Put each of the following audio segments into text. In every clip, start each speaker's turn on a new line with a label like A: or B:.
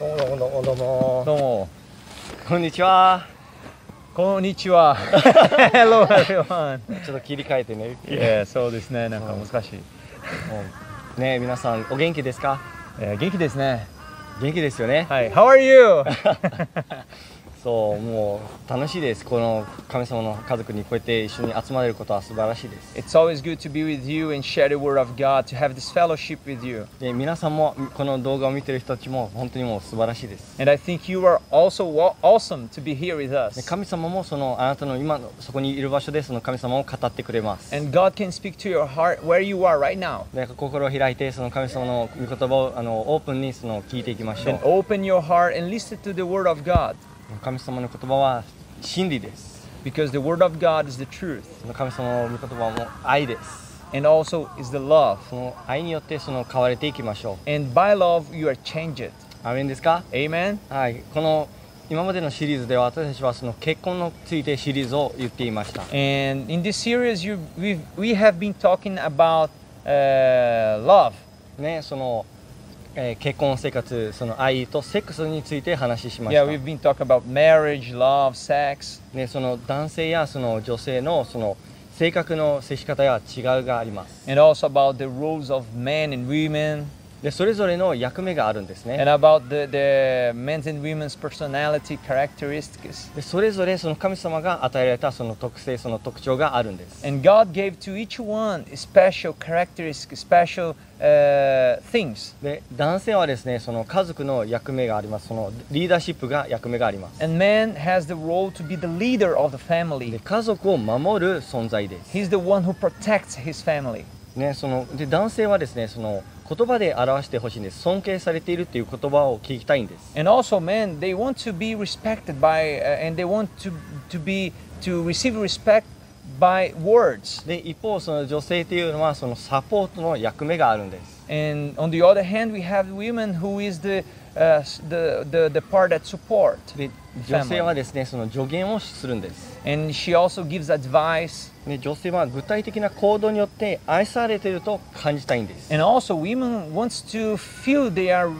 A: どうもどうもどうも
B: どうも。
A: こんにちは
B: こんにちは。Hello everyone。
A: ちょっと切り替えてね
B: いや、そうですね。なんか難しい。
A: ね皆さんお元気ですか
B: えー元気ですね。
A: 元気ですよね
B: はい。How are you?
A: そうもう楽しいですこの神様の家族にこうやって一緒に集まれることは素晴らしいで す
B: It's always good to be with you and share the word of God, to have this fellowship with you.
A: で皆さんもこの動画を見てる人たちも本当にもう素晴らしいです
B: And I think you are also wa- awesome to be here with
A: で
B: us.
A: 神様もそのあなたの今のそこにいる場所でその神様を語ってくれます
B: And God can speak to your heart where you are right now.
A: で心を開いてその神様の御言葉をあのオープンにその聞いていきましょ
B: Then
A: う
B: open your heart and listen to the word of God,
A: 神様の言葉は真理です
B: because the word of God is the truth
A: その神様の御言葉はもう愛です
B: and also is the love.
A: その愛によってその変われていきましょ
B: And by love you are changed.
A: うアーメンですか
B: Amen.
A: はいこの今までのシリーズでは私たちはその結婚についてシリーズを言っていました
B: And in this series, you, we've, we have been talking about uh, love.
A: ねその、えー結婚生活その愛とセックスについて話しまし
B: Yeah,
A: た
B: we've been talking about marriage, love, sex.
A: ね、その男性やその女性のその性格の接し方や違いがあります
B: And also about the roles of men and women,
A: でそれぞれの役目があるんですね
B: and about the, the men's and women's personality characteristics.
A: でそれぞれその神様が与えられたその特性その特徴があるんです
B: And God gave to each one special characteristics, special uh, things.
A: で男性はですねその家族の役目がありますそのリーダーシップが役目があります
B: And man has the role to be the leader of the
A: で
B: family.
A: 家族を守る存在です、
B: He's the one who protects his family.
A: ね、そので男性はですねその言葉で表してほしいんです尊敬されているっていう言葉を聞きたいんです
B: and also men they want to be respected by uh, and they want to to be to receive respect by words
A: で一方その女性っていうのはそのサポートの役目があるんです
B: and on the other hand we have women who is the uh, s- the, the the part that support
A: で
B: Family
A: 女性はですねその助言をするんです
B: and she also gives advice
A: で女性は具体的な行動によって愛されていると感じたいんです
B: and also women wants to feel they are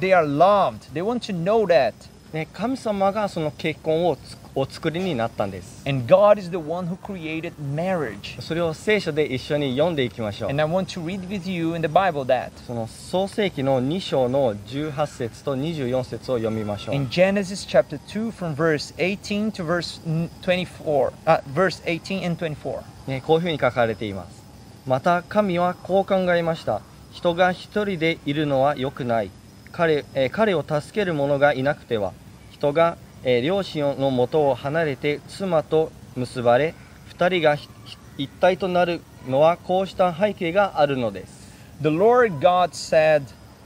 B: they are loved they want to know that
A: で神様がその結婚をつお作りになったんです
B: and god is the one who created marriage
A: それを聖書で一緒に読んでいきましょう
B: and i want to read with you in the bible that
A: その創世記の2章の18節と24節を読みましょう
B: In Genesis chapter 2 from verse 18 to verse 24, uh, verse 18 and 24.
A: ね、こういうふうに書かれていますまた神はこう考えました人が一人でいるのは良くない彼,、えー彼を助ける者がいなくては人が、えー両親の元を離れて妻と結ばれ二人がひひ一体となるのはこうした背景があるのです
B: The Lord God said,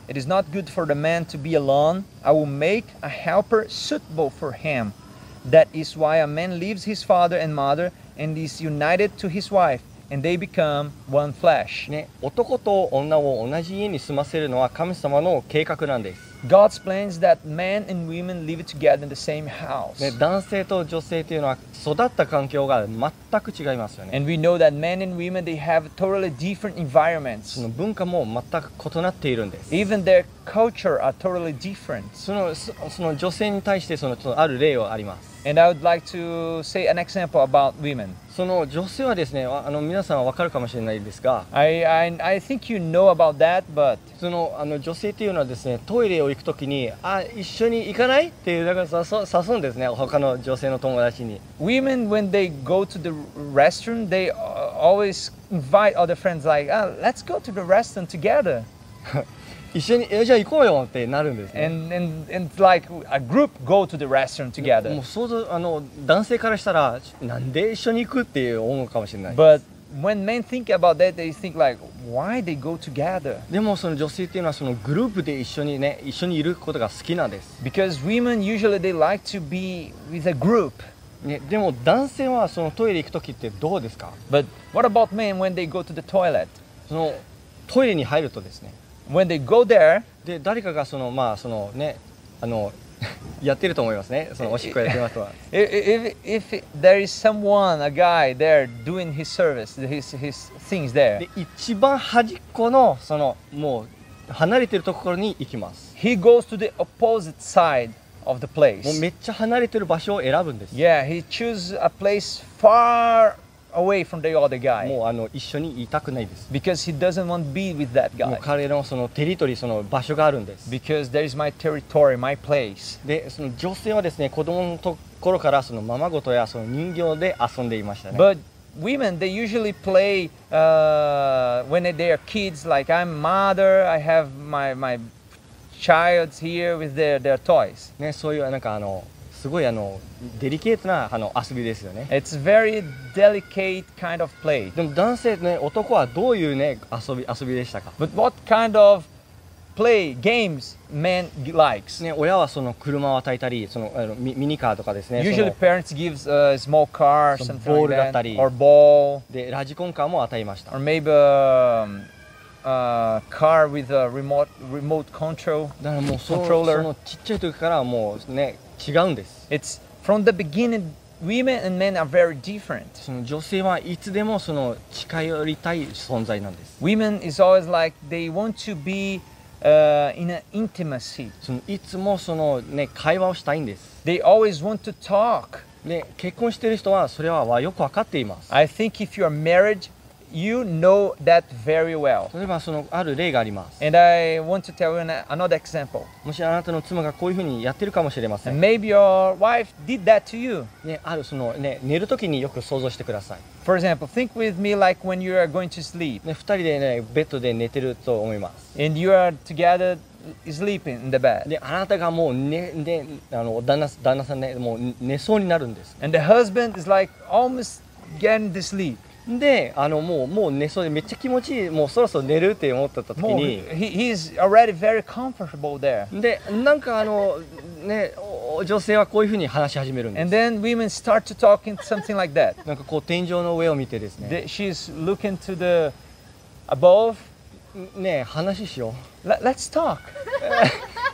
B: "It is not good for the man to be alone. I will make a helper suitable for him." That is why a man leaves his father and mother and is united to his wife, and they become one flesh.
A: ね、男と女を同じ家に住ませるのは神様の計画なんです
B: God's plan is that man and women live together in the same house.
A: ね、男性と女性というのは育った環境が全く違いますよね。
B: And we know that men and women they have totally different environments.
A: その文化も全く異なっているんです。
B: even their culture are totally different
A: そのそその女性に対してそのちょっとある例はあります。
B: and i would like to say an example about women
A: その女性はですね、ああの皆さんはわかるかもしれないですが、
B: I, I, I think you know about that but
A: そのあの女性というのはですね、トイレを行くときに、あ、一緒に行かないっていうなんか誘誘うんですね、他の女性の友達に。
B: women when they go to the restroom they uh, always invite other friends like ah, let's go to the restaurant together
A: 一緒に、えじゃあ行こうよってなるんですね。
B: and, and, and like a group go to the restaurant
A: も
B: together
A: う想像あの男性からしたらなんで一緒に行くっていう思うかもしれない。
B: but when men think about that they think like why they go together
A: でもその女性っていうのはそのグループで一緒にね一緒にいることが好きなんです、
B: because women usually they like to be with a group
A: ね、でも男性はそのトイレ行く時ってどうですか
B: but what about men when they go to the toilet
A: そのトイレに入るとですね
B: when they go there
A: で誰かがそのまあそのねあの やってると思いますねそのおしっこやってる人は
B: i- i- if, if there is someone a guy there doing his service his, his things there
A: で一番端っこのそのもう離れてるところに行きます
B: he goes to the opposite side of the
A: もう
B: place.
A: めっちゃ離れてる場所を選ぶんです、
B: Yeah, he chooses a place far away from the other guy
A: もうあの一緒にいたくないです
B: because he doesn't want to be with that
A: もう
B: guy
A: 彼のそのテリトリーその場所があるんです
B: because there is my territory, my place.
A: でその女性はですね子供のところからそのままごとやその人形で遊んでいましたね
B: But women, they usually play uh, when they are kids, like I'm mother, I have my, my child here with their, their toys.
A: ねそういうなんかあのすごいあのデリケートなあの遊びですよね
B: It's very delicate kind of play.
A: でも男性ね男はどういうね遊び遊びでしたか
B: But what kind of play, games, men g- likes?
A: ね親はその車を与えたりそのあのミミニカーとかですね
B: Usually
A: その
B: parents gives a small car,
A: Some
B: something like
A: ball
B: that,
A: だったり。
B: or ball,
A: でラジコンカーも与えました
B: or maybe um, a car with a remote remote control.
A: だからもうその
B: Controller
A: そのちっちゃい時からもうね違うんです
B: It's from the beginning. Women and men are very different.
A: その女性はいつでもその近寄りたい存在なんです
B: Women is always like they want to be uh, in an intimacy.
A: そのいつもそのね会話をしたいんです
B: They always want to talk.
A: で結婚してる人はそれはわよく分かっています
B: I think if you are married, you know that very well.
A: 例えばそのある例があります
B: And I want to tell you an, another example.
A: もしあなたの妻がこういうふうにやってるかもしれませ
B: And
A: ん、
B: maybe your wife did that to you.
A: ね、あるそのね寝る時によく想像してください
B: For example, think with me like when you are going to sleep
A: ね、2人でねベッドで寝てると思います
B: and you are together sleeping in the bed.
A: であなたがもうねねあの旦那旦那さんねもう寝そうになるんです
B: And the husband is like almost getting to sleep.
A: であのもうもう寝そうでめっちゃ気持ちいいもうそろそろ寝るって思ってた時
B: More,
A: に
B: he, he's already very comfortable there.
A: でなんかあのねお女性はこういうふうに話し始めるんで
B: And
A: す
B: then women start to talk in something like that.
A: なんかこう天井の上を見てですね
B: The- she's looking to the above.
A: ね話しよ
B: Let, let's talk.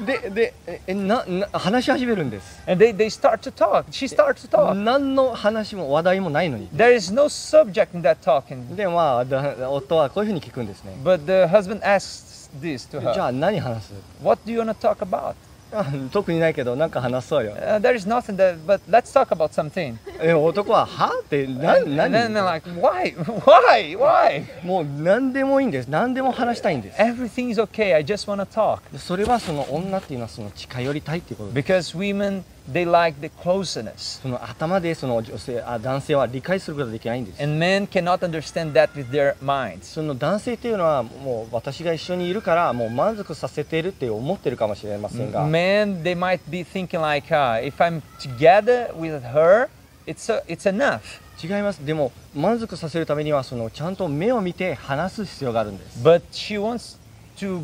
A: う ででええなな話し始めるんです
B: And they, they start to talk. She starts to talk.
A: 何の話も話題もないのに
B: There is no subject in that talking.
A: でまあだ夫はこういうふうに聞くんですね
B: But the husband asks this to
A: じ
B: her
A: ゃあ何話す
B: What do you want to talk about?
A: あ特にないけどなんか話そうよ
B: Uh, there is nothing, that, but let's talk about something.
A: え男は「は?」ってな
B: and, and
A: 何
B: then they're like, Why? Why? Why?
A: もう何でもいいんです何でも話したいんです
B: Everything is okay. I just want to talk.
A: でそれはその女っていうのはその近寄りたいっていうことです
B: Because women, they like the closeness.
A: その頭でその女性あ男性は理解することができないんです
B: And men cannot understand that with their minds.
A: その男性っていうのはもう私が一緒にいるからもう満足させているって思ってるかもしれませんが
B: men they might be thinking like uh, if i'm together with her it's uh, it's enough
A: 違いますでも満足させるためにはそのちゃんと目を見て話す必要があるんです
B: but she wants to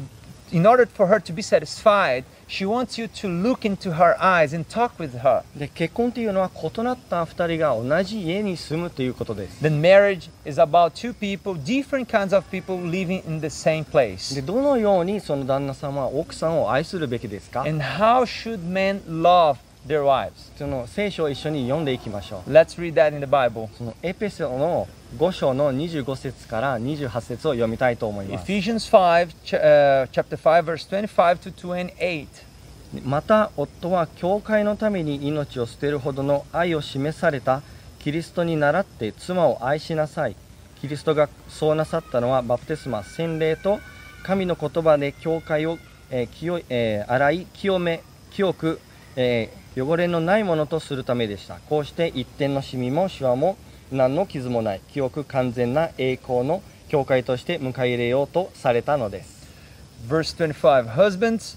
B: in order for her to be satisfied she wants you to look into her eyes and talk with her
A: で結婚っていうのは異なった2人が同じ家に住むということです
B: then marriage is about two people different kinds of people living in the same
A: で
B: place
A: どのようにその旦那さんは奥さんを愛するべきですか
B: and how should men love their wives
A: その聖書を一緒に読んでいきましょう
B: let's read that in the bible
A: そのエペソの5章の25節から28節を読みたいと思います
B: ephesians 5 ch- uh, chapter 5 verse 25 to 28
A: また夫は教会のために命を捨てるほどの愛を示されたキリストに倣って妻を愛しなさいキリストがそうなさったのはバプテスマ洗礼と神の言葉で教会を、えー清いえー洗い清め清く、えー汚れのないものとするためでしたこうして一点のシミもシワも何の傷もない清く完全な栄光の教会として迎え入れようとされたのです
B: Verse 25 Husbands,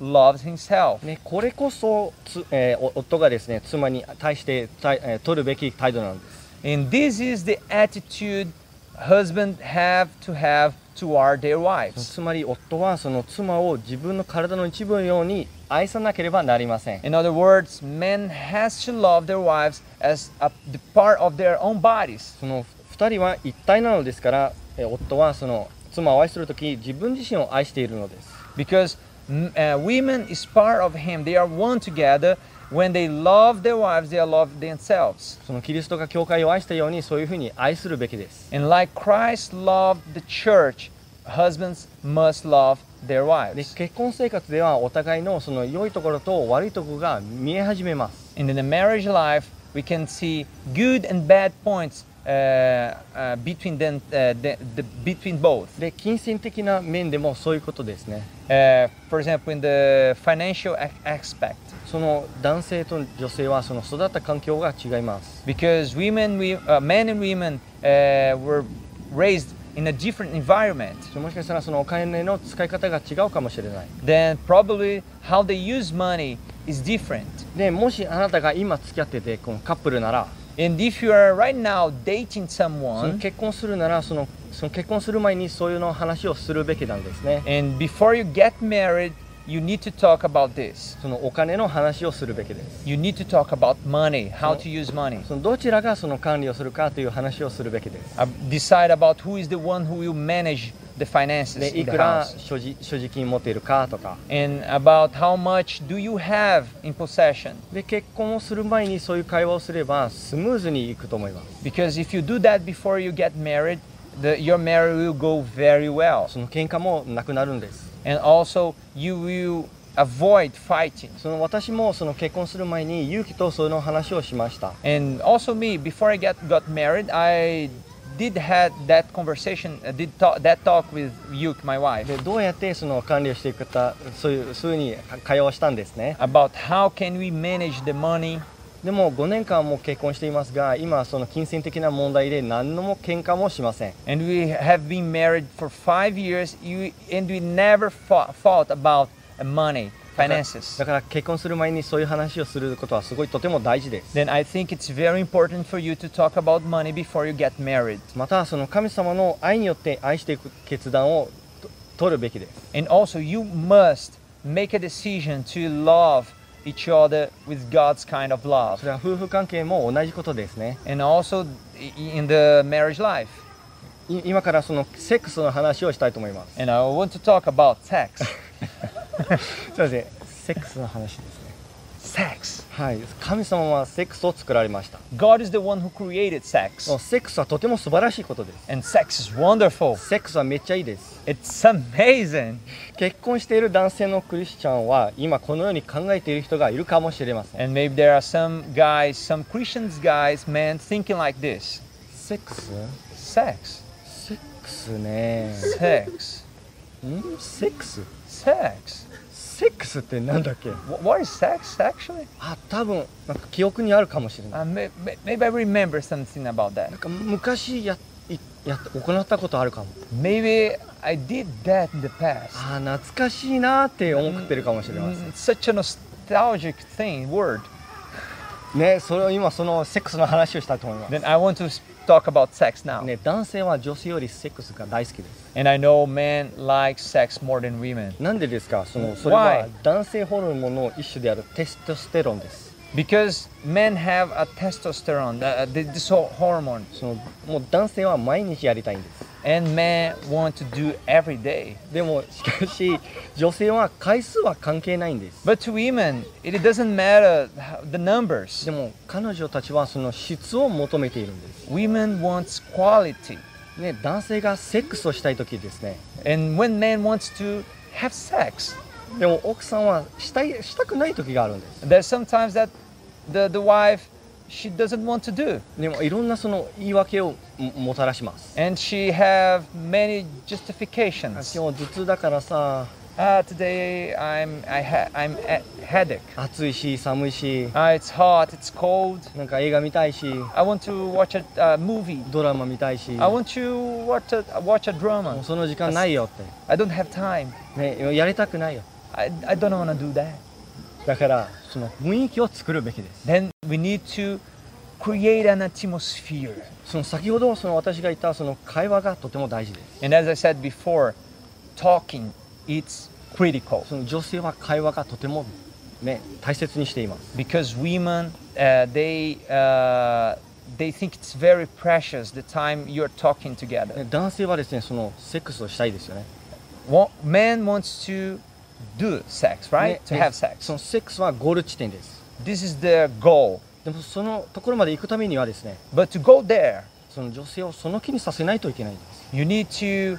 B: loves himself.
A: ね、これこそつ、えーお夫がですね妻に対してたい、えー取るべき態度なんです、
B: And this is the attitude husbands have to have toward their wives.
A: つまり夫はその妻を自分の体の一部のように愛さなければなりません
B: In other words, men has to love their wives as a the part of their own bodies.
A: その2人は一体なのですからえー夫はその妻を愛する時自分自身を愛しているのです
B: Because mm, uh, women is part of him. They are one together. When they love their wives, they love themselves.
A: そのキリストが教会を愛したようにそういうふうに愛するべきです
B: And like Christ loved the church, husbands must love their
A: で
B: wives.
A: 結婚生活ではお互いのその良いところと悪いところが見え始めます
B: And in the marriage life, we can see good and bad points uh, uh, between them, uh, the, the, between both.
A: で金銭的な面でもそういうことですね
B: Uh, for example, in the financial ac- aspect.
A: その男性と女性はその育った環境が違います
B: because women, we, uh, men and women uh, were raised in a different environment.
A: それもしかしたらそのお金の使い方が違うかもしれない
B: Then probably how they use money is different.
A: でもしあなたが今付き合っててこのカップルなら
B: And if you are right now dating
A: その
B: someone
A: 結婚するならそのその結婚する前にそういうの話をするべきなんですね
B: and before you get married, you need to talk about this.
A: そのお金の話をするべきです
B: You need to talk about money, how
A: So-
B: to use money.
A: そのどちらがその管理をするかという話をするべきです
B: Uh, decide about who is the one who will manage the finances
A: で
B: in
A: い
B: the
A: くら
B: house.
A: 所持所持金持っているかとか
B: And about how much do you have in possession.
A: で結婚をする前にそういう会話をすればスムーズにいくと思います
B: Because if you do that before you get married, the, your marriage will go very well.
A: その喧嘩もなくなるんです
B: And also, you will avoid fighting.
A: その私もその結婚する前に勇気とその話をしました
B: And also, me, before I get, got married, I did had that conversation, I did talk, that talk with Yuke, my wife,
A: でどうやってその管理をしていくかそういうそういうふうに会話をしたんですね
B: about how can we manage the money.
A: でも5年間もう結婚していますが今はその金銭的な問題で何のも喧嘩もしません
B: And we have been married for five years, you, and we never fought, fought about uh, money,
A: だ
B: finances.
A: から結婚する前にそういう話をすることはすごいとても大事です
B: Then I think it's very important for you to talk about money before you get married.
A: またその神様の愛によって愛していく決断をと取るべきです
B: And also, you must make a decision to love each other with God's kind of
A: そ
B: love.
A: れは夫婦関係も同じことですね
B: And also i- in the marriage life.
A: い今からそのセックスの話をしたいと思います
B: And I want to talk about sex.
A: すいませんセックスの話ですね
B: sex.
A: はい神様はセックスを作られました
B: God is the one who created sex.
A: もうセックスはとても素晴らしいことです
B: And sex is wonderful.
A: セックスはめっちゃいいです
B: It's amazing.
A: 結婚している男性のクリスチャンは今このように考えている人がいるかもしれません
B: And maybe there are some guys, some Christians guys, men thinking like this.
A: セックス
B: Sex.
A: セックスね
B: Sex.
A: んセックス
B: Sex.
A: セックスってなんだっけ
B: Wh- What is sex actually?
A: あ多分なんか記憶にあるかもしれない
B: Uh, may- may- maybe I remember something about that.
A: なんか昔やいや行ったことあるかも
B: Maybe I did that in the past.
A: あー懐かしいなーって思ってるかもしれませ
B: Mm, Such a nostalgic thing, word.
A: んねそれを今そのセックスの話をしたいと思います
B: Then I want to s- talk about sex now.
A: ね男性は女性よりセックスが大好きです
B: And I know men like sex more than women
A: なんでですかそのそれは
B: Why？
A: 男性ホルモンの一種であるテストステロンです
B: because men have a testosterone, uh, th- this ho- hormone,
A: そのもう男性は毎日やりたいんです
B: and men want to do every day.
A: でもしかし女性は回数は関係ないんです
B: But to women, it doesn't matter how- the numbers.
A: でも彼女たちはその質を求めているんです
B: Women wants quality,
A: ね男性がセックスをしたい時ですね
B: and when men wants to have sex,
A: でも奥さんはしたいしたくない時があるんです
B: there's sometimes that the the wife she doesn't want to do.
A: でもいろんなその言い訳をももたらします
B: and she have many
A: あ
B: justifications.
A: 今日頭痛だからさ
B: Ah, today I'm I ha- I'm a- headache.
A: 暑いし寒いし
B: Ah, it's hot, it's cold.
A: なんか映画見たいし
B: I want to watch a uh, movie.
A: ドラマ見たいし
B: I
A: も
B: want to watch a watch a
A: う
B: drama.
A: その時間ないよっ
B: I don't have time.
A: て、ね、やりたくないよ
B: I, I don't want to do that.
A: だからその雰囲気を作るべきです
B: Then we need to create an atmosphere.
A: その先ほどその私が言ったその会話がとても大事です。
B: And as I said before, talking it's critical
A: その女性は会話がとても、ね、大切にしています
B: because women uh, they uh, they think it's very precious the time you're talking together.
A: ね男性はですねそのセックスをしたいですよね
B: Wa- man wants to do sex, right?
A: ね
B: To
A: ね
B: have sex.
A: そのセックスはゴール地点です
B: This is their goal.
A: でもそのところまで行くためにはですね
B: But to go there,
A: その女性をその気にさせないといけないんです、
B: you need to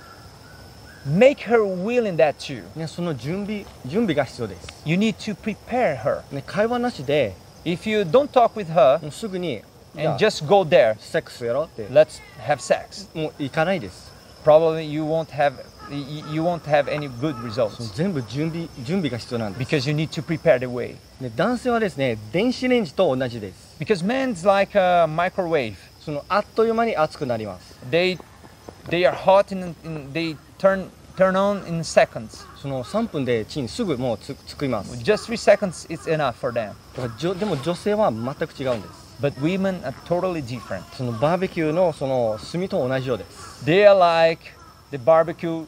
B: make her willing that too.
A: ね、その準備準備が必要です、
B: You need to prepare her.
A: ね、会話なしで
B: If you don't talk with her
A: もうすぐに「い
B: and
A: や
B: just go there,
A: セックスやろ」って
B: let's have sex.
A: もう行かないです
B: Probably you won't have y- you won't have any good
A: その
B: results
A: 全部準備準備が必要なんです、
B: because you need to prepare the way.
A: ね、男性はですね電子レンジと同じです
B: Because men's like a microwave.
A: そのあっという間に熱くなります。
B: They they are hot and, and they turn turn on in seconds.
A: その3分でチンすぐもうつ作ります。
B: Just three seconds is enough for them.
A: だからじょでも女性は全く違うんです。
B: But women are totally different.
A: そのバーベキューのその炭と同じようです。
B: They are like the barbecue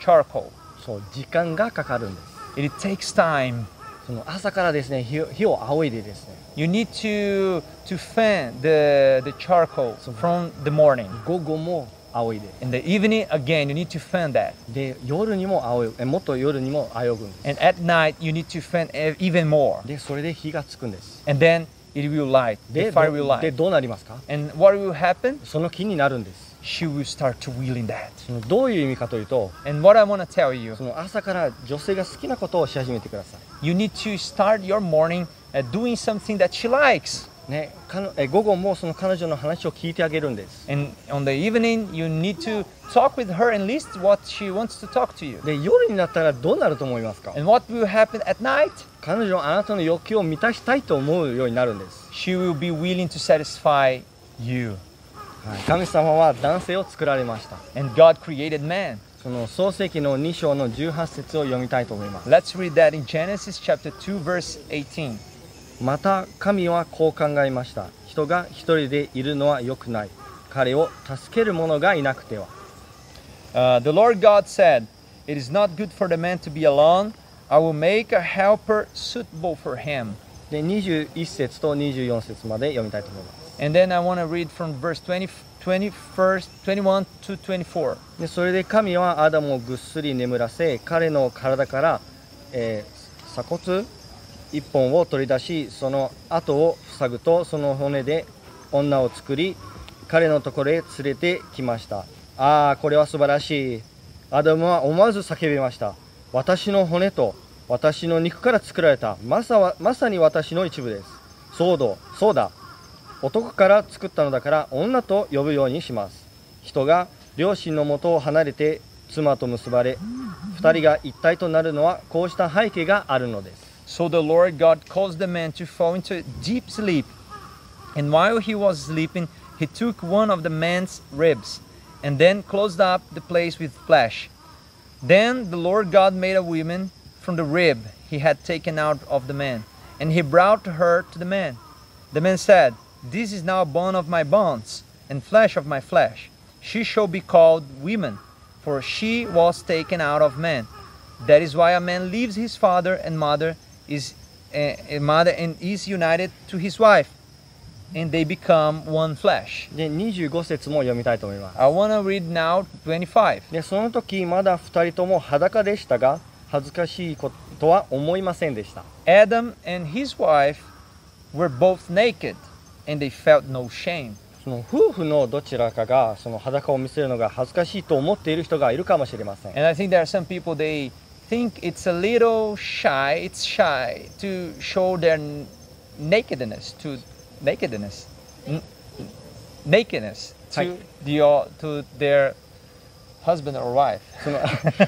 B: charcoal.
A: そう時間がかかるんです。
B: It takes time.
A: その朝からですね火火を仰いでですね
B: You need to to fan the the charcoal from the morning.
A: 午後も仰いで
B: In the evening again you need to fan that.
A: で夜にも仰いえもっと夜にも仰ぐんです。
B: And at night you need to fan e- even more.
A: でそれで火がつくんです。
B: And then it will light. The
A: で
B: fire
A: ど
B: will
A: で
B: light.
A: どうなりますか？
B: And what will happen?
A: その気になるんです。
B: she will start to will in that.
A: そのどういう意味かというと
B: And what I want to tell you,
A: その朝から女性が好きなことをし始めてください。
B: you need to start your morning uh, doing something that she likes.
A: ね、かのえ午後もその彼女の話を聞いてあげるんです。
B: And on the evening, you need to talk with her and list what she wants to talk to you.
A: で夜になったらどうなると思いますか
B: And what will happen at night?
A: 彼女はあなたの欲求を満たしたいと思うようになるんです、
B: She will be willing to satisfy you.
A: はい、神様は男性を作られました
B: And God created man.
A: その創世記の2章の18節を読みたいと思います
B: Let's read that in Genesis chapter 2, verse 18.
A: また神はこう考えました人が一人でいるのは良くない彼を助ける者がいなくては
B: Uh, the Lord God said, It is not good for the man to be alone. I will make a helper suitable for him.
A: で21節と24節まで読みたいと思います
B: And then I want to read from verse 20, 21st, 21 to 24.
A: でそれで神はアダムをぐっすり眠らせ彼の体から、えー鎖骨一本を取り出しその跡を塞ぐとその骨で女を作り彼のところへ連れてきましたああこれは素晴らしいアダムは思わず叫びました私の骨と私の肉から作られたまさはまさに私の一部ですそうだそうだ男から作ったのだから女と呼ぶようにします人が両親の元を離れて妻と結ばれ二人が一体となるのはこうした背景があるのです
B: So the Lord God caused the man to fall into a deep sleep. And while he was sleeping, he took one of the man's ribs and then closed up the place with flesh. Then the Lord God made a woman from the rib he had taken out of the man, and he brought her to the man. The man said, This is now bone of my bones and flesh of my flesh. She shall be called woman, for she was taken out of man. That is why a man leaves his father and mother is eh, eh, mother and is united to his wife, and they become one flesh.
A: で25節も読みたいと思います
B: I want to read now 25.
A: でその時まだ二人とも裸でしたが恥ずかしいことは思いませんでした
B: Adam and his wife were both naked, and they felt no shame.
A: その夫婦のどちらかがその裸を見せるのが恥ずかしいと思っている人がいるかもしれません
B: And I think there are some people they think it's a little shy. It's shy to show their n- nakedness to nakedness, N- n- nakedness to
A: Hi.
B: your to their husband or wife.
A: その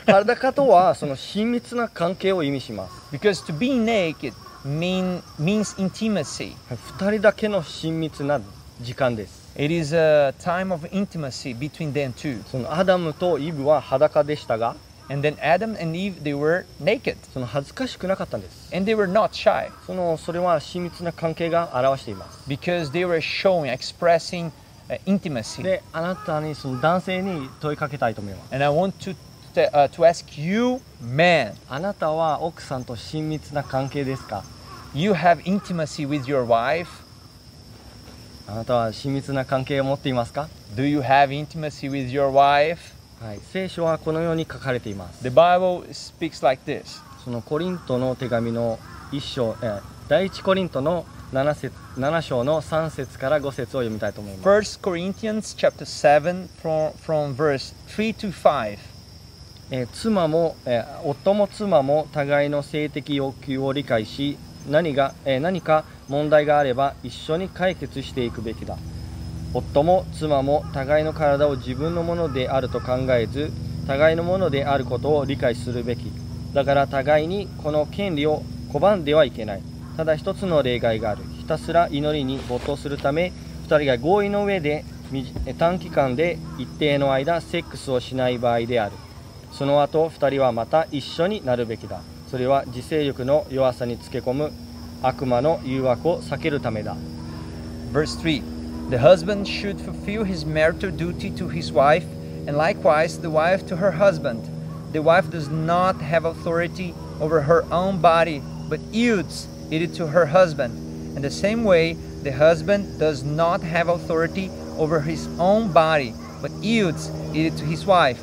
A: 裸とはその親密な関係を意味します
B: Because to be naked mean means intimacy.
A: 2人だけの親密な時間です
B: It is a time of intimacy between them two.
A: そのアダムとイブは裸でしたが
B: And then Adam and Eve they were naked.
A: その恥ずかしくなかったんです
B: And they were not shy
A: そのそれは親密な関係が表しています
B: because they were showing, expressing uh, intimacy.
A: であなたにその男性に問いかけたいと思います
B: And I want to to, uh, to ask you, man,
A: あなたは奥さんと親密な関係ですか
B: you have intimacy with your wife?
A: あなたは親密な関係を持っていますか、
B: Do you have intimacy with your wife?
A: はい、聖書はこのように書かれています
B: The Bible speaks like this
A: そのコリントの手紙の一章、えー第一コリントの7節7章の3節から5節を読みたいと思います。
B: 1 Corinthians chapter 7 from, from verse 3 to 5.
A: えー妻も、えー夫も妻も互いの性的要求を理解し何が、えー何か問題があれば一緒に解決していくべきだ夫も妻も互いの体を自分のものであると考えず互いのものであることを理解するべきだから互いにこの権利を拒んではいけないただ一つの例外があるひたすら祈りに没頭するため2人が合意の上でみじ短期間で一定の間セックスをしない場合であるその後2人はまた一緒になるべきだそれは自制力の弱さにつけ込む悪魔の誘惑を避けるためだ
B: Verse 3 The husband should fulfill his marital duty to his wife, and likewise the wife to her husband. The wife does not have authority over her own body, but yields it to her husband. In the same way, the husband does not have authority over his own body, but yields it to his wife.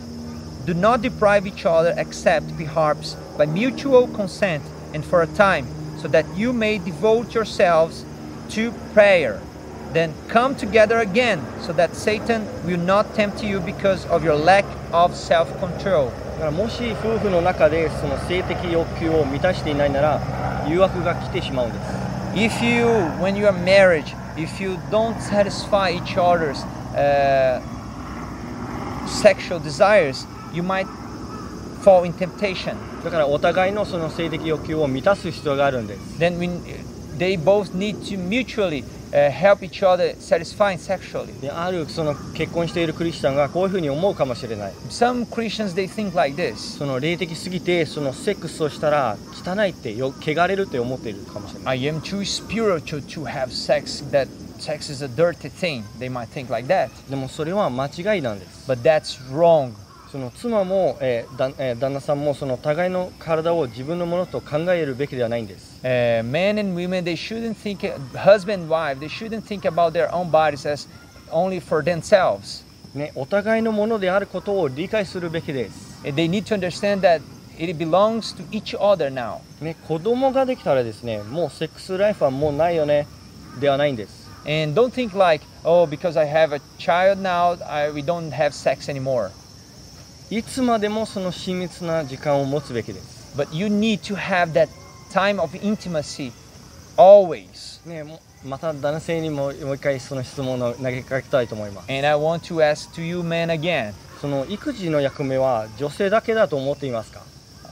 B: Do not deprive each other except perhaps by mutual consent and for a time, so that you may devote yourselves to prayer. Then come together again, so that Satan will not tempt you because of your lack of self control.
A: だからもし夫婦の中でその性的欲求を満たしていないなら誘惑が来てしまうんです
B: If you, when you are married, if you don't satisfy each other's uh, sexual desires, you might fall in temptation.
A: だからお互いのその性的欲求を満たす必要があるんです
B: Then we, they both need to mutually uh, help each other satisfying sexually.
A: であるその結婚しているクリスチャンがこういうふうに思うかもしれない
B: Some Christians they think like this.
A: その霊的すぎてそのセックスをしたら汚いってよ汚れるって思っているかもしれない
B: I am too spiritual to have sex. That sex is a dirty thing. They might think like that,
A: でもそれは間違いなんです
B: but that's wrong.
A: その妻も、えーだえー旦那さんもその互いの体を自分のものと考えるべきではないんです、
B: Uh, men and women they shouldn't think uh, husband and wife they shouldn't think about their own bodies as only for themselves.
A: ね、お互いのものであることを理解するべきです、
B: And They need to understand that it belongs to each other now.
A: ね、子供ができたらですねもうセックスライフはもうないよねではないんです
B: And don't think like oh because I have a child now I, we don't have sex anymore.
A: いつまでもその親密な時間を持つべきです、
B: But you need to have that time of intimacy always.
A: ね、もうまた男性にももう一回その質問を投げかけたいと思います
B: And I want to ask to you men again.
A: その育児の役目は女性だけだと思っていますか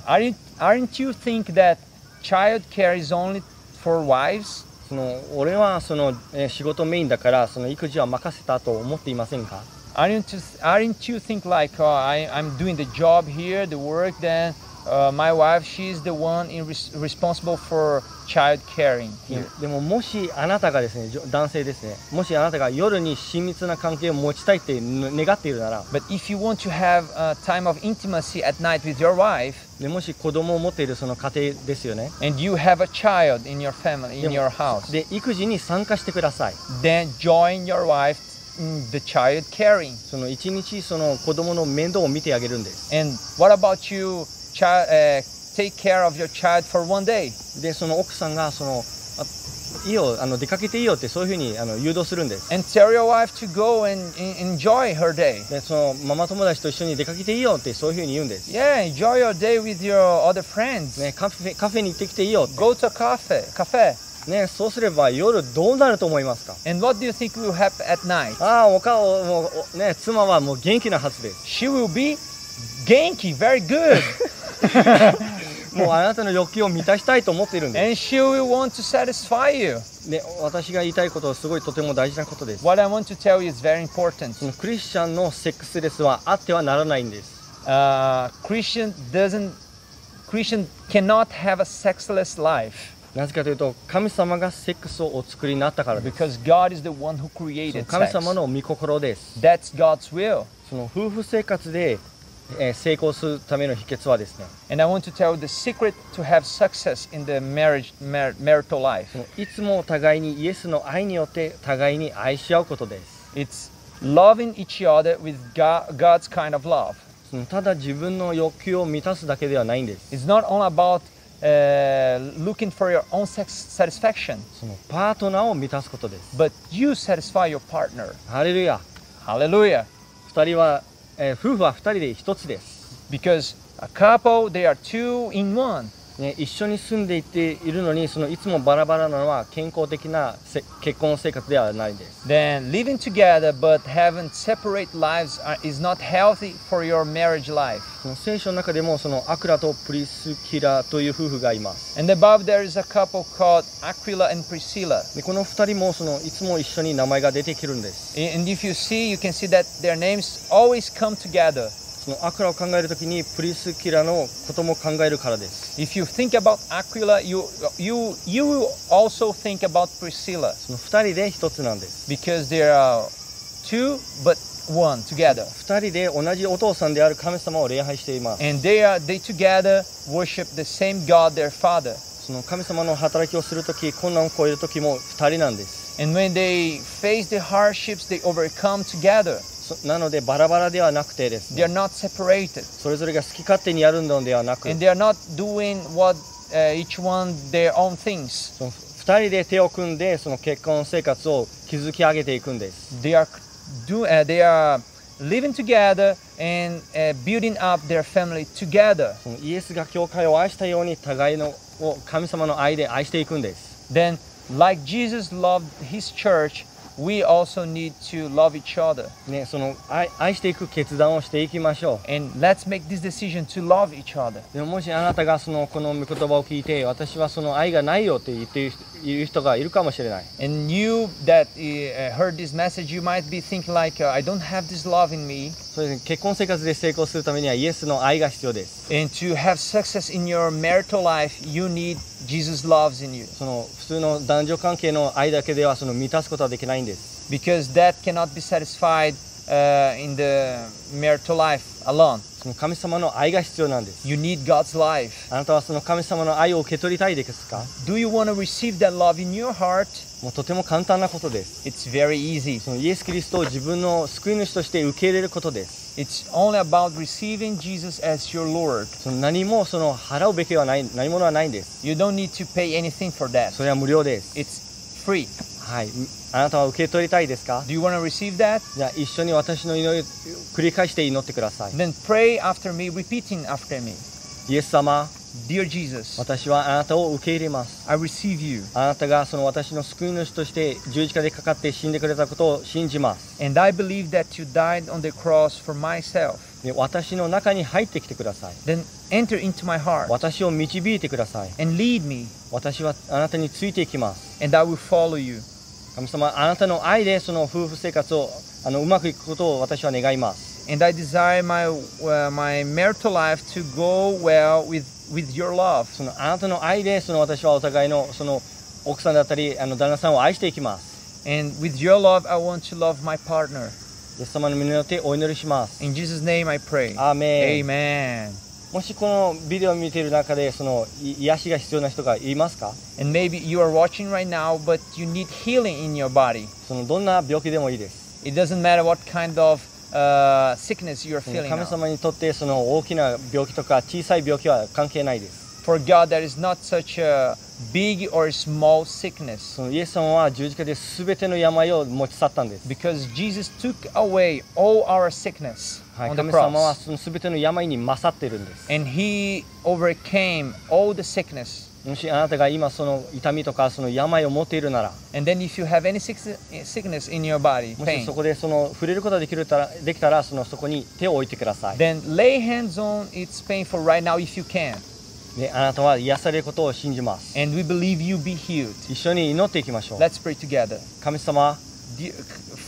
B: Aren't, aren't you think that childcare is only for wives?
A: その俺はその、えー仕事メインだからその育児は任せたと思っていませんか
B: Aren't you, aren't you think like oh, I, I'm doing the job here, the work, then uh, my wife, she's the one in res- responsible for child caring
A: いや
B: here.
A: でももしあなたがですねじょ男性ですねもしあなたが夜に親密な関係を持ちたいってぬ願っているなら
B: But if you want to have a time of intimacy at night with your wife
A: でもし子供を持っているその家庭ですよね
B: and you have a child in your family, in
A: Yeah.
B: your house,
A: で育児に参加してください
B: then join your wife in the child caring.
A: その一日その子供の面倒を見てあげるんです
B: And what about you child, uh, take care of your child for one day?
A: でその奥さんがそのあいいよあの出かけていいよってそういうふうにあの誘導するんです
B: And tell your wife to go and en- enjoy her day.
A: でそのママ友達と一緒に出かけていいよってそういうふうに言うんです、
B: Yeah, enjoy your day with your other friends.
A: ね、カフェカフェに行ってきていいよ
B: Go to a cafe, cafe.
A: ね、そうすれば夜どうなると思いますか
B: And what do you think will happen at night?
A: ああおかおもうおね妻はもう元気なはずです
B: She will be genki, very good.
A: もうあなたの欲求を満たしたいと思っているんで
B: and she will want to satisfy you.
A: す、ね、私が言いたいことはすごいとても大事なことです
B: What I want to tell you is very important.
A: そのクリスチャンのセックスレスはあってはならないんです
B: Uh, Christian doesn't Christian cannot have a sexless life
A: なぜかというと神様がセックスをお作りになったからです
B: because God is the one who
A: その
B: created
A: 神
B: sex.
A: 様の御心です
B: That's God's will.
A: その夫婦生活でえー成功するための秘訣はですね
B: And I want to tell you the secret to have success in the marriage mar- marital life.
A: そのいつもお互いにイエスの愛によって互いに愛し合うことです
B: It's loving each other with God, God's kind of love.
A: そのただ自分の欲求を満たすだけではないんです
B: It's not all about uh, looking for your own sex- satisfaction,
A: そのパートナーを満たすことです
B: but you satisfy your partner.
A: ハレルヤ
B: Hallelujah.
A: 二人は、えー夫婦は二人で一つです、
B: Because a couple, they are two in one.
A: ね、一緒に住んでいているのにそのいつもバラバラなのは健康的なせ結婚生活ではないです
B: Then living together but having separate lives are, is not healthy for your marriage life.
A: その聖書の中でもそのアクラとプリスキラという夫婦がいます。
B: And above there is a couple called Aquila and Priscilla.
A: でこの2人もそのいつも一緒に名前が出てくるんです。
B: And if you see, you can see that their names always come together.
A: そのアクラを考えるときにプリスキラのことも考えるからです。
B: If you think about Aquila, you you you will also think about Priscilla
A: その2人で1つなんです。
B: because they are two but one together,
A: 2人で同じお父さんである神様を礼拝しています。
B: and they are they together worship the same God, their Father.
A: その神様の働きをするとき、困難を超えるときも2人なんです。
B: And when they face the hardships, they overcome together.
A: そなのでバラバラではなくてです、
B: They are
A: ね、
B: not separated,
A: それぞれが好き勝手にやるのではなく、
B: and they are not doing what uh, each one their own things.
A: その2人で手を組んでその結婚生活を築き上げていくんです。
B: They are do uh, they are living together and uh, building up their family together.
A: そのイエスが教会を愛したように互いのを神様の愛で愛していくんです。
B: then like jesus loved his church we also need to love each other
A: ね、その愛愛していく決断をしていきましょ
B: and let's make this decision to love each other
A: う。でももしあなたがそのこの御言葉を聞いて私はその愛がないよって言っている人いう人がいるかもしれない。
B: and you that uh, heard this message you might be thinking like uh, i don't have this love in me
A: そうですね、結婚生活で成功するためにはイエスの愛が必要です。
B: and to have success in your marital life you need jesus loves in you
A: その普通の男女関係の愛だけではその満たすことはできないんです。
B: because that cannot be satisfied uh, in the marital life alone
A: その神様の愛が必要なんです。
B: you need god's life
A: あなたはその神様の愛を受け取りたいですか
B: do you want to receive that love in your heart
A: もうとても簡単なことです。
B: it's very easy
A: そのイエス・キリストを自分の救い主として受け入れることです。
B: It's only about receiving Jesus as your Lord.
A: その何もその払うべきはない何ものはないんです
B: You don't need to pay anything for that.
A: それは無料です
B: It's free.
A: はいみあなたは受け取りたいですか
B: Do you want to receive that?
A: じゃあ一緒に私の祈りを繰り返して祈ってください
B: Then pray after me, repeating after me.
A: イエス様
B: Dear Jesus,
A: 私はあなたを受け入れます
B: I receive you,
A: あなたがその私の救い主として十字架でかかって死んでくれたことを信じます
B: and I believe that you died on the cross for myself.
A: で私の中に入ってきてください
B: Then enter into my heart
A: 私を導いてください
B: and lead me,
A: 私はあなたについていきます
B: and I will follow you.
A: 神様あなたの愛でその夫婦生活をあのうまくいくことを私は願います
B: And I desire my uh, my marital life to go well with with your love.
A: そのあなたの愛でその私はお互いのその奥さんだったりあの旦那さんを愛していきます。
B: And with your love, I want to love my partner.
A: イエス様の皆によってお祈りします。
B: In Jesus' name, I pray.
A: アーメン
B: Amen.
A: もしこのビデオを見ている中でそのい癒しが必要な人がいますか
B: And maybe you are watching right now, but you need healing in your body.
A: そのどんな病気でもいいです。
B: It doesn't matter what kind of uh, sickness you're
A: その
B: feeling.
A: 神
B: now.
A: 様にとってその大きな病気とか小さい病気は関係ないです。
B: For God, there is not such a big or small sickness
A: そのイエス様は十字架で全ての病を持ち去ったんです。
B: because Jesus took away all our sickness
A: はい、
B: on the
A: 神様は
B: cross.
A: その全ての病に勝っているんです。
B: And He overcame all the sickness.
A: もしあなたが今その痛みとかその病を持っているなら
B: And then, if you have any sick- sickness in your body,
A: もし
B: pain,
A: そこでその触れることができるたらできたらそのそこに手を置いてください。
B: then lay hands on It's painful right now if you can.
A: であなたは癒されることを信じます。
B: And we believe you be healed.
A: 一緒に祈っていきましょう。
B: Let's pray together.
A: 神様、
B: Dear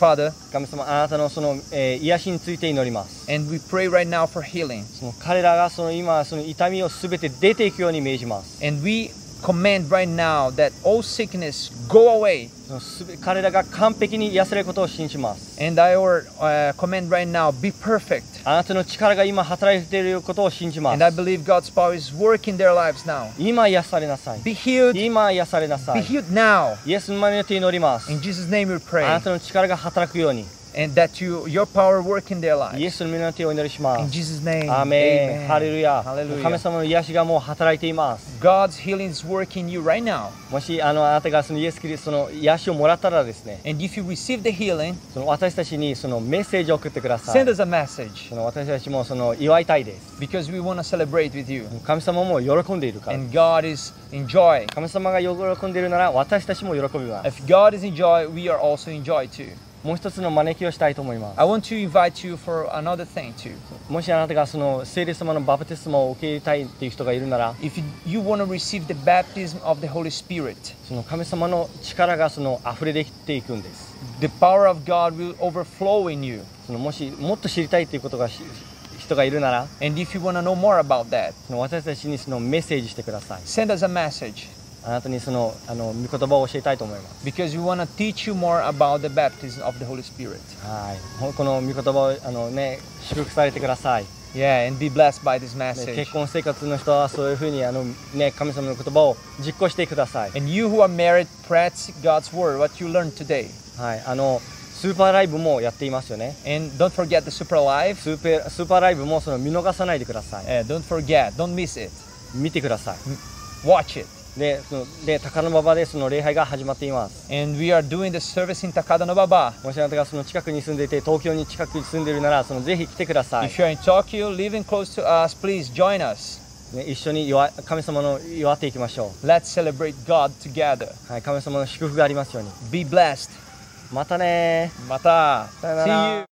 B: Father,
A: 神様あなたのその、えー癒しについて祈ります。
B: and we pray right now for healing.
A: その彼らがその今その痛みをすべて出ていくように命じます。
B: And we command right now that all sickness go away.
A: そのすべ彼らが完璧に癒されることを信じます。
B: And I will uh, command right now be perfect.
A: あなたの力が今働いていることを信じま
B: And I
A: す。
B: believe God's power is working their lives now.
A: 今癒されなさい。
B: Be healed. Be
A: 今癒されなさい。
B: healed now.
A: イエスの名によって祈ります。
B: In Jesus' name we
A: あ
B: pray.
A: なたの力が働くように、
B: And that you your power work in their
A: イエ
B: lives.
A: スの名によってお祈りしま
B: In
A: す。
B: Jesus' name.
A: アーメン。ハレルヤ。神
B: Hallelujah.
A: 様の癒しがもう働いています。
B: God's healing is working you right now.
A: もしあのあなたがそのイエス・キリストの癒しをもらったらですね、
B: And if you receive the healing,
A: その私たちにそのメッセージを送ってください
B: send。us a message
A: その私たちもその祝いたいです。
B: because we want to celebrate with you.
A: 神様も喜んでいるから。
B: And God is in joy.
A: 神様が喜んでいるなら私たちも喜びます。
B: If God is in joy, we are also in joy too.
A: もう一つの招きをしたいと思いま
B: I want to invite you for another thing too.
A: す。もしあなたがその聖霊様のバプテスマを受け入れたいっていう人がいるなら、
B: If you, you want to receive the baptism of the Holy Spirit,
A: その神様の力がその溢れてきていくんです。
B: the power of God will overflow in you.
A: そのもしもっと知りたいっていうことがし人がいるなら、
B: And if you want to know more about that,
A: その私たちにそのメッセージしてください。
B: send us a message
A: あなたにそのあの御言葉を教えたいと思います。
B: because we want to teach you more about the baptism of the Holy Spirit.
A: はい。ほこの御言葉をあのね祝福されてください。
B: Yeah, and be blessed by this
A: ね
B: message.
A: 結婚生活の人はそういうふうにあのね神様の言葉を実行してください。
B: And you who are married, practice God's word, what you learned today.
A: はい、あのスーパーライブもやっていますよね。
B: And don't forget the super life.
A: スーペスーパーライブもその見逃さないでください。
B: Uh, don't forget, don't miss it.
A: 見てくださ
B: Watch it.
A: い。で、そので高野馬場でその礼拝が始まっています。
B: And we are doing the service in Takada no Baba.
A: もしあなたがその近くに住んでいて、東京に近くに住んでいるなら、そのぜひ来てください。
B: If you're in Tokyo, living close to us, please join us.
A: ね、一緒に祝い神様の祝っていきましょ
B: Let's celebrate God together.
A: う。はい、神様の祝福がありますように。
B: Be blessed.
A: またねー
B: Mata. See you.